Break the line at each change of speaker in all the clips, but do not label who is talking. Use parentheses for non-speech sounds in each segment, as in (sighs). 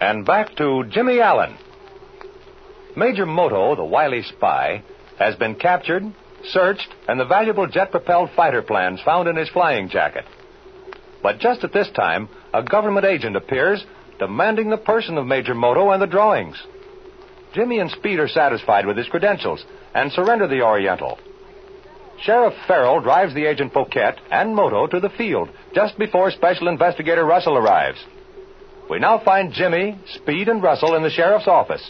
And back to Jimmy Allen. Major Moto, the wily spy, has been captured, searched, and the valuable jet propelled fighter plans found in his flying jacket. But just at this time, a government agent appears demanding the person of Major Moto and the drawings. Jimmy and Speed are satisfied with his credentials and surrender the Oriental. Sheriff Farrell drives the agent Poquette and Moto to the field just before Special Investigator Russell arrives. We now find Jimmy, Speed, and Russell in the sheriff's office.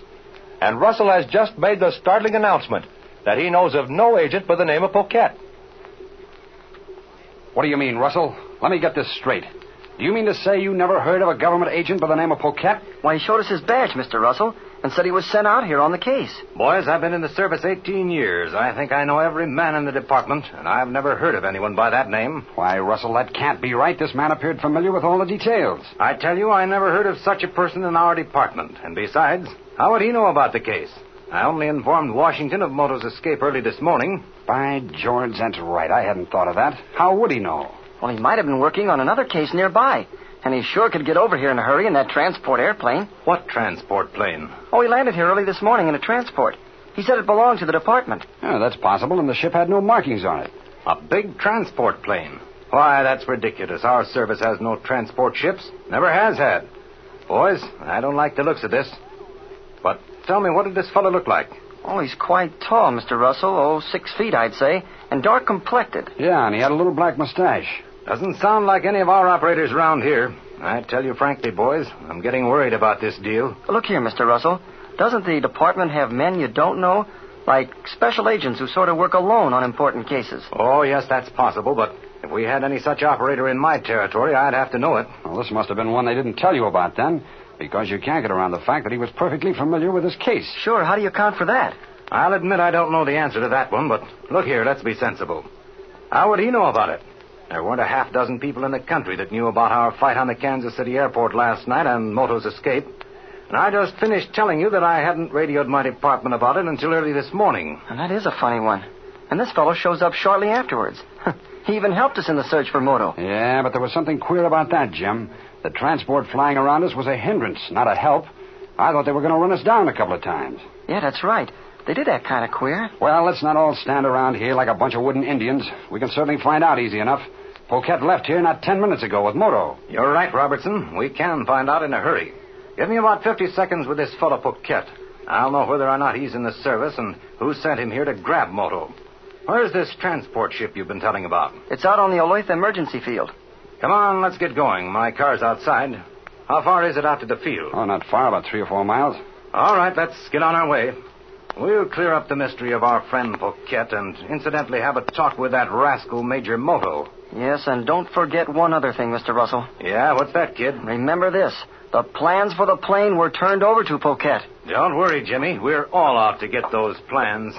And Russell has just made the startling announcement that he knows of no agent by the name of Poquette.
What do you mean, Russell? Let me get this straight. Do you mean to say you never heard of a government agent by the name of Poquette?
Why, he showed us his badge, Mr. Russell, and said he was sent out here on the case.
Boys, I've been in the service 18 years. I think I know every man in the department, and I've never heard of anyone by that name.
Why, Russell, that can't be right. This man appeared familiar with all the details.
I tell you, I never heard of such a person in our department. And besides, how would he know about the case? I only informed Washington of Moto's escape early this morning.
By George, that's right. I hadn't thought of that. How would he know?
Well, he might have been working on another case nearby. And he sure could get over here in a hurry in that transport airplane.
What transport plane?
Oh, he landed here early this morning in a transport. He said it belonged to the department.
Yeah, that's possible, and the ship had no markings on it.
A big transport plane? Why, that's ridiculous. Our service has no transport ships. Never has had. Boys, I don't like the looks of this. But tell me, what did this fellow look like?
Oh, he's quite tall, Mr. Russell. Oh, six feet, I'd say. And dark complected.
Yeah, and he had a little black mustache.
Doesn't sound like any of our operators around here. I tell you frankly, boys, I'm getting worried about this deal.
Look here, Mr. Russell. Doesn't the department have men you don't know? Like special agents who sort of work alone on important cases.
Oh, yes, that's possible, but if we had any such operator in my territory, I'd have to know it.
Well, this must have been one they didn't tell you about then, because you can't get around the fact that he was perfectly familiar with this case.
Sure, how do you account for that?
I'll admit I don't know the answer to that one, but look here, let's be sensible. How would he know about it? There weren't a half dozen people in the country that knew about our fight on the Kansas City airport last night and Moto's escape. And I just finished telling you that I hadn't radioed my department about it until early this morning.
And that is a funny one. And this fellow shows up shortly afterwards. (laughs) he even helped us in the search for Moto.
Yeah, but there was something queer about that, Jim. The transport flying around us was a hindrance, not a help. I thought they were going to run us down a couple of times.
Yeah, that's right. They did act kind of queer.
Well, let's not all stand around here like a bunch of wooden Indians. We can certainly find out easy enough. Poquette left here not ten minutes ago with Moto.
You're right, Robertson. We can find out in a hurry. Give me about 50 seconds with this fellow Poquette. I'll know whether or not he's in the service and who sent him here to grab Moto. Where's this transport ship you've been telling about?
It's out on the Olathe emergency field.
Come on, let's get going. My car's outside. How far is it out to the field?
Oh, not far, about three or four miles.
All right, let's get on our way. We'll clear up the mystery of our friend Poquette and incidentally have a talk with that rascal Major Moto.
Yes, and don't forget one other thing, Mr. Russell.
Yeah, what's that, kid?
Remember this. The plans for the plane were turned over to Poquette.
Don't worry, Jimmy. We're all out to get those plans.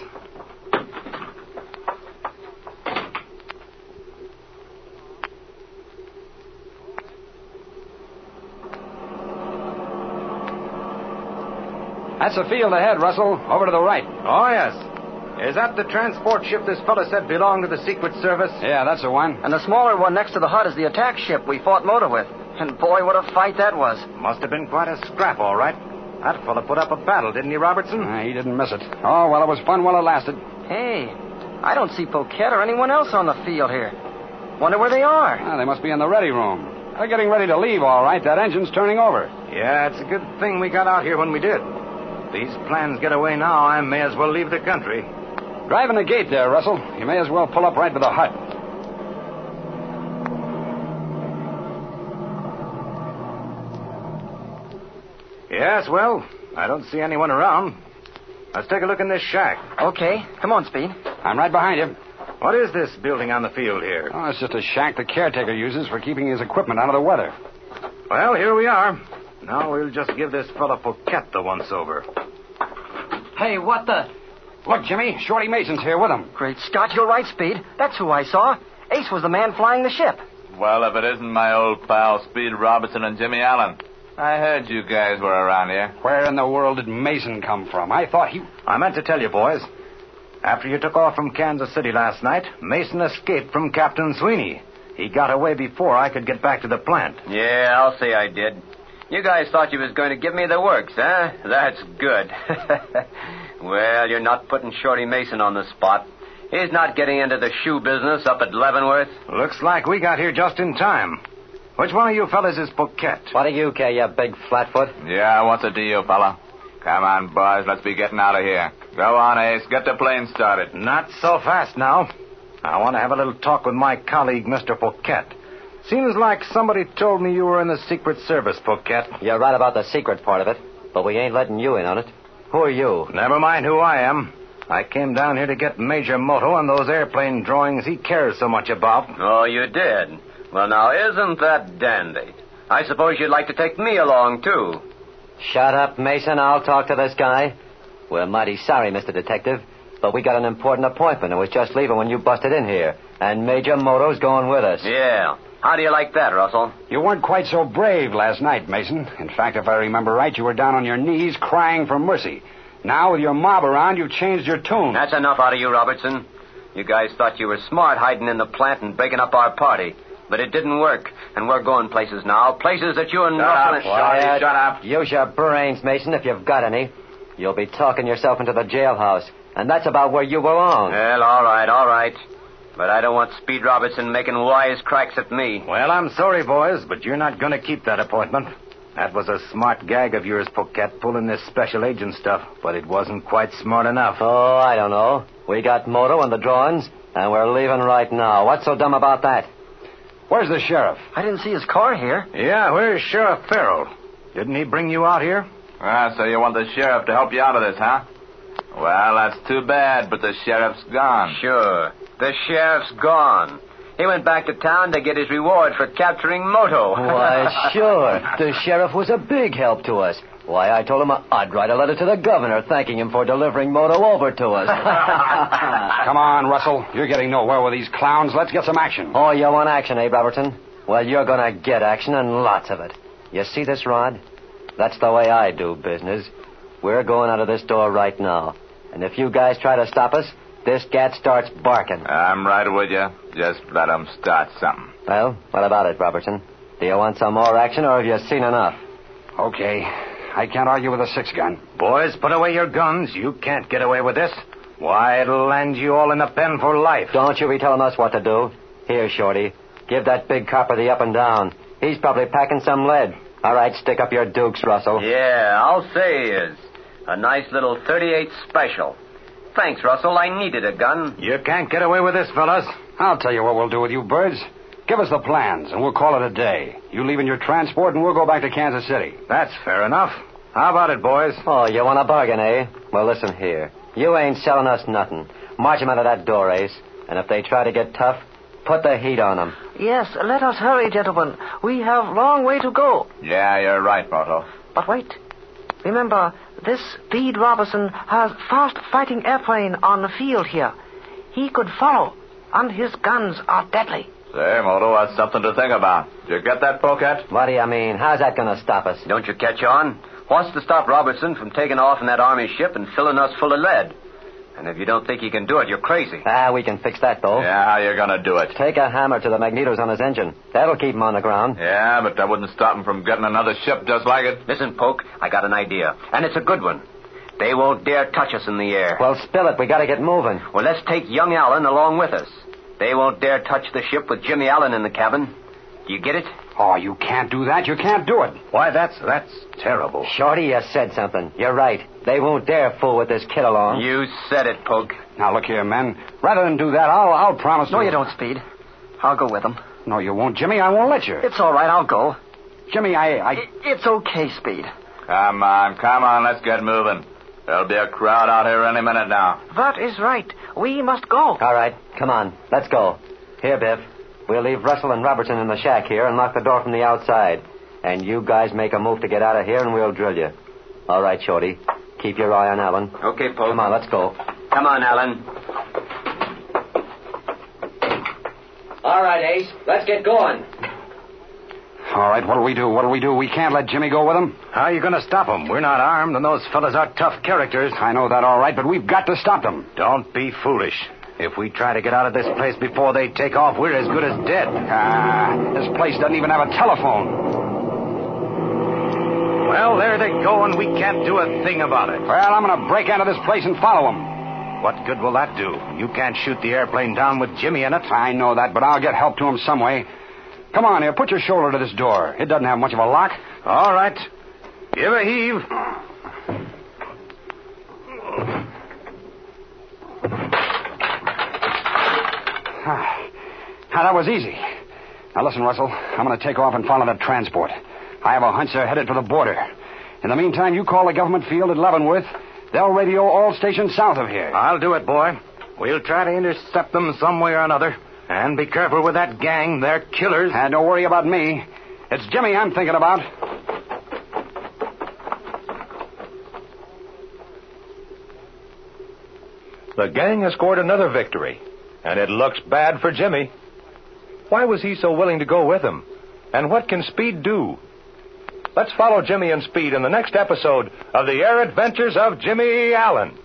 That's the field ahead, Russell. Over to the right.
Oh, yes. Is that the transport ship this fellow said belonged to the Secret Service?
Yeah, that's the one.
And the smaller one next to the hut is the attack ship we fought Motor with. And boy, what a fight that was.
Must have been quite a scrap, all right. That fellow put up a battle, didn't he, Robertson?
Uh, he didn't miss it. Oh, well, it was fun while it lasted.
Hey, I don't see Poquette or anyone else on the field here. Wonder where they are.
Oh, they must be in the ready room. They're getting ready to leave, all right. That engine's turning over.
Yeah, it's a good thing we got out here when we did these plans get away now, I may as well leave the country.
Drive in the gate there, Russell. You may as well pull up right by the hut.
Yes, well, I don't see anyone around. Let's take a look in this shack.
Okay. Come on, Speed.
I'm right behind you.
What is this building on the field here?
Oh, it's just a shack the caretaker uses for keeping his equipment out of the weather.
Well, here we are. Now we'll just give this fellow Poquette the once over.
Hey, what the?
Look, Jimmy, Shorty Mason's here with him.
Great Scott, you're right, Speed. That's who I saw. Ace was the man flying the ship.
Well, if it isn't my old pal, Speed Robertson and Jimmy Allen. I heard you guys were around here.
Where in the world did Mason come from? I thought he.
I meant to tell you, boys. After you took off from Kansas City last night, Mason escaped from Captain Sweeney. He got away before I could get back to the plant.
Yeah, I'll say I did.
You guys thought you was going to give me the works, huh? That's good. (laughs) well, you're not putting Shorty Mason on the spot. He's not getting into the shoe business up at Leavenworth.
Looks like we got here just in time. Which one of you fellas is Paquette?
What do you care, you big flatfoot?
Yeah, what's the deal, fella? Come on, boys, let's be getting out of here. Go on, Ace, get the plane started.
Not so fast now. I want to have a little talk with my colleague, Mr. Paquette. Seems like somebody told me you were in the Secret Service, Paquette.
You're right about the secret part of it, but we ain't letting you in on it. Who are you?
Never mind who I am. I came down here to get Major Moto and those airplane drawings he cares so much about.
Oh, you did? Well, now, isn't that dandy? I suppose you'd like to take me along, too. Shut up, Mason. I'll talk to this guy. We're mighty sorry, Mr. Detective, but we got an important appointment and was just leaving when you busted in here. And Major Moto's going with us. Yeah. How do you like that, Russell?
You weren't quite so brave last night, Mason. In fact, if I remember right, you were down on your knees crying for mercy. Now, with your mob around, you've changed
(laughs)
your tune.
That's enough out of you, Robertson. You guys thought you were smart hiding in the plant and breaking up our party. But it didn't work, and we're going places now. Places that you and
Shut
Russell
up,
and...
Shorty, shut up.
Use your brains, Mason, if you've got any. You'll be talking yourself into the jailhouse, and that's about where you belong. Well, all right, all right. But I don't want Speed Robertson making wise cracks at me.
Well, I'm sorry, boys, but you're not going to keep that appointment. That was a smart gag of yours, Paquette, pulling this special agent stuff, but it wasn't quite smart enough.
Oh, I don't know. We got Moto and the drawings, and we're leaving right now. What's so dumb about that?
Where's the sheriff?
I didn't see his car here.
Yeah, where's Sheriff Farrell? Didn't he bring you out here?
Ah, so you want the sheriff to help you out of this, huh? Well, that's too bad, but the sheriff's gone.
Sure. The sheriff's gone. He went back to town to get his reward for capturing
(laughs)
Moto. Why, sure. The sheriff was a big help to us. Why, I told him I'd write a letter to the governor thanking him for delivering Moto over to us.
Come on, Russell. You're getting nowhere with these clowns. Let's get some action.
oh, you want action, eh, Robertson? Well, you're going to get action and lots of it. You see this rod? That's the way I do business. We're going out of this door right now. And if you guys try to stop us, this gat starts barking.
I'm right with you. Just let 'em start something.
Well, what about it, Robertson? Do you want some more action, or have you seen enough?
Okay. I can't argue with a six gun.
Boys, put away your guns. You can't get away with this. Why, it'll land you all in the pen for life.
Don't you be telling us what to do. Here, Shorty, give that big copper the up and down. He's probably packing some lead. All right, stick up your dukes, Russell. Yeah, I'll say he is. A nice little 38 special. Thanks, Russell. I needed a gun.
You can't get away with this, fellas.
I'll tell you what we'll do with you birds. Give us the plans, and we'll call it a day. You leave in your transport, and we'll go back to Kansas City.
That's fair enough. How about it, boys?
Oh, you want a bargain, eh? Well, listen here. You ain't selling us nothing. March 'em out of that door, Ace. And if they try to get tough, put the heat on 'em.
Yes, let us hurry, gentlemen. We have long way to go.
Yeah, you're right, Moto.
But wait. Remember, this Speed Robertson has fast fighting airplane on the field here. He could follow, and his guns are deadly.
Say, Moto, that's something to think about. Did you get that, Pocat?
What do you mean? How's that going to stop us? Don't you catch on? What's to stop Robertson from taking off in that army ship and filling us full of lead? And if you don't think he can do it, you're crazy. Ah, we can fix that, though.
Yeah, how you gonna do it?
Take a hammer to the magnetos on his engine. That'll keep him on the ground.
Yeah, but that wouldn't stop him from getting another ship just like it.
Listen, Polk, I got an idea, and it's a good one. They won't dare touch us in the air. Well, spill it. We gotta get moving. Well, let's take young Allen along with us. They won't dare touch the ship with Jimmy Allen in the cabin. Do you get it?
Oh, you can't do that. You can't do it.
Why, that's that's terrible.
Shorty, you said something. You're right. They won't dare fool with this kid along. You said it, Polk.
Now look here, men. Rather than do that, I'll I'll promise.
No,
to...
you don't, Speed. I'll go with him.
No, you won't, Jimmy. I won't let you.
It's all right, I'll go.
Jimmy, I, I
I- It's okay, Speed.
Come on, come on, let's get moving. There'll be a crowd out here any minute now.
That is right. We must go.
All right, come on. Let's go. Here, Biff. We'll leave Russell and Robertson in the shack here and lock the door from the outside. And you guys make a move to get out of here and we'll drill you. All right, Shorty. Keep your eye on Allen. Okay, Polk. Come on, let's go. Come on, Allen. All right, Ace. Let's get going.
All right, what'll we do? What'll we do? We can't let Jimmy go with him.
How are you going to stop them? We're not armed, and those fellas are tough characters.
I know that all right, but we've got to stop them.
Don't be foolish. If we try to get out of this place before they take off, we're as good as dead.
Ah, this place doesn't even have a telephone.
Well, there they go, and we can't do a thing about it.
Well, I'm going to break out of this place and follow them.
What good will that do? You can't shoot the airplane down with Jimmy in it.
I know that, but I'll get help to them some way. Come on here, put your shoulder to this door. It doesn't have much of a lock.
All right. Give a heave.
(sighs) Now, that was easy. Now, listen, Russell. I'm going to take off and follow that transport. I have a hunch they're headed for the border. In the meantime, you call the government field at Leavenworth. They'll radio all stations south of here.
I'll do it, boy. We'll try to intercept them some way or another. And be careful with that gang. They're killers.
And don't worry about me. It's Jimmy I'm thinking about.
The gang has scored another victory, and it looks bad for Jimmy. Why was he so willing to go with him? And what can Speed do? Let's follow Jimmy and Speed in the next episode of The Air Adventures of Jimmy Allen.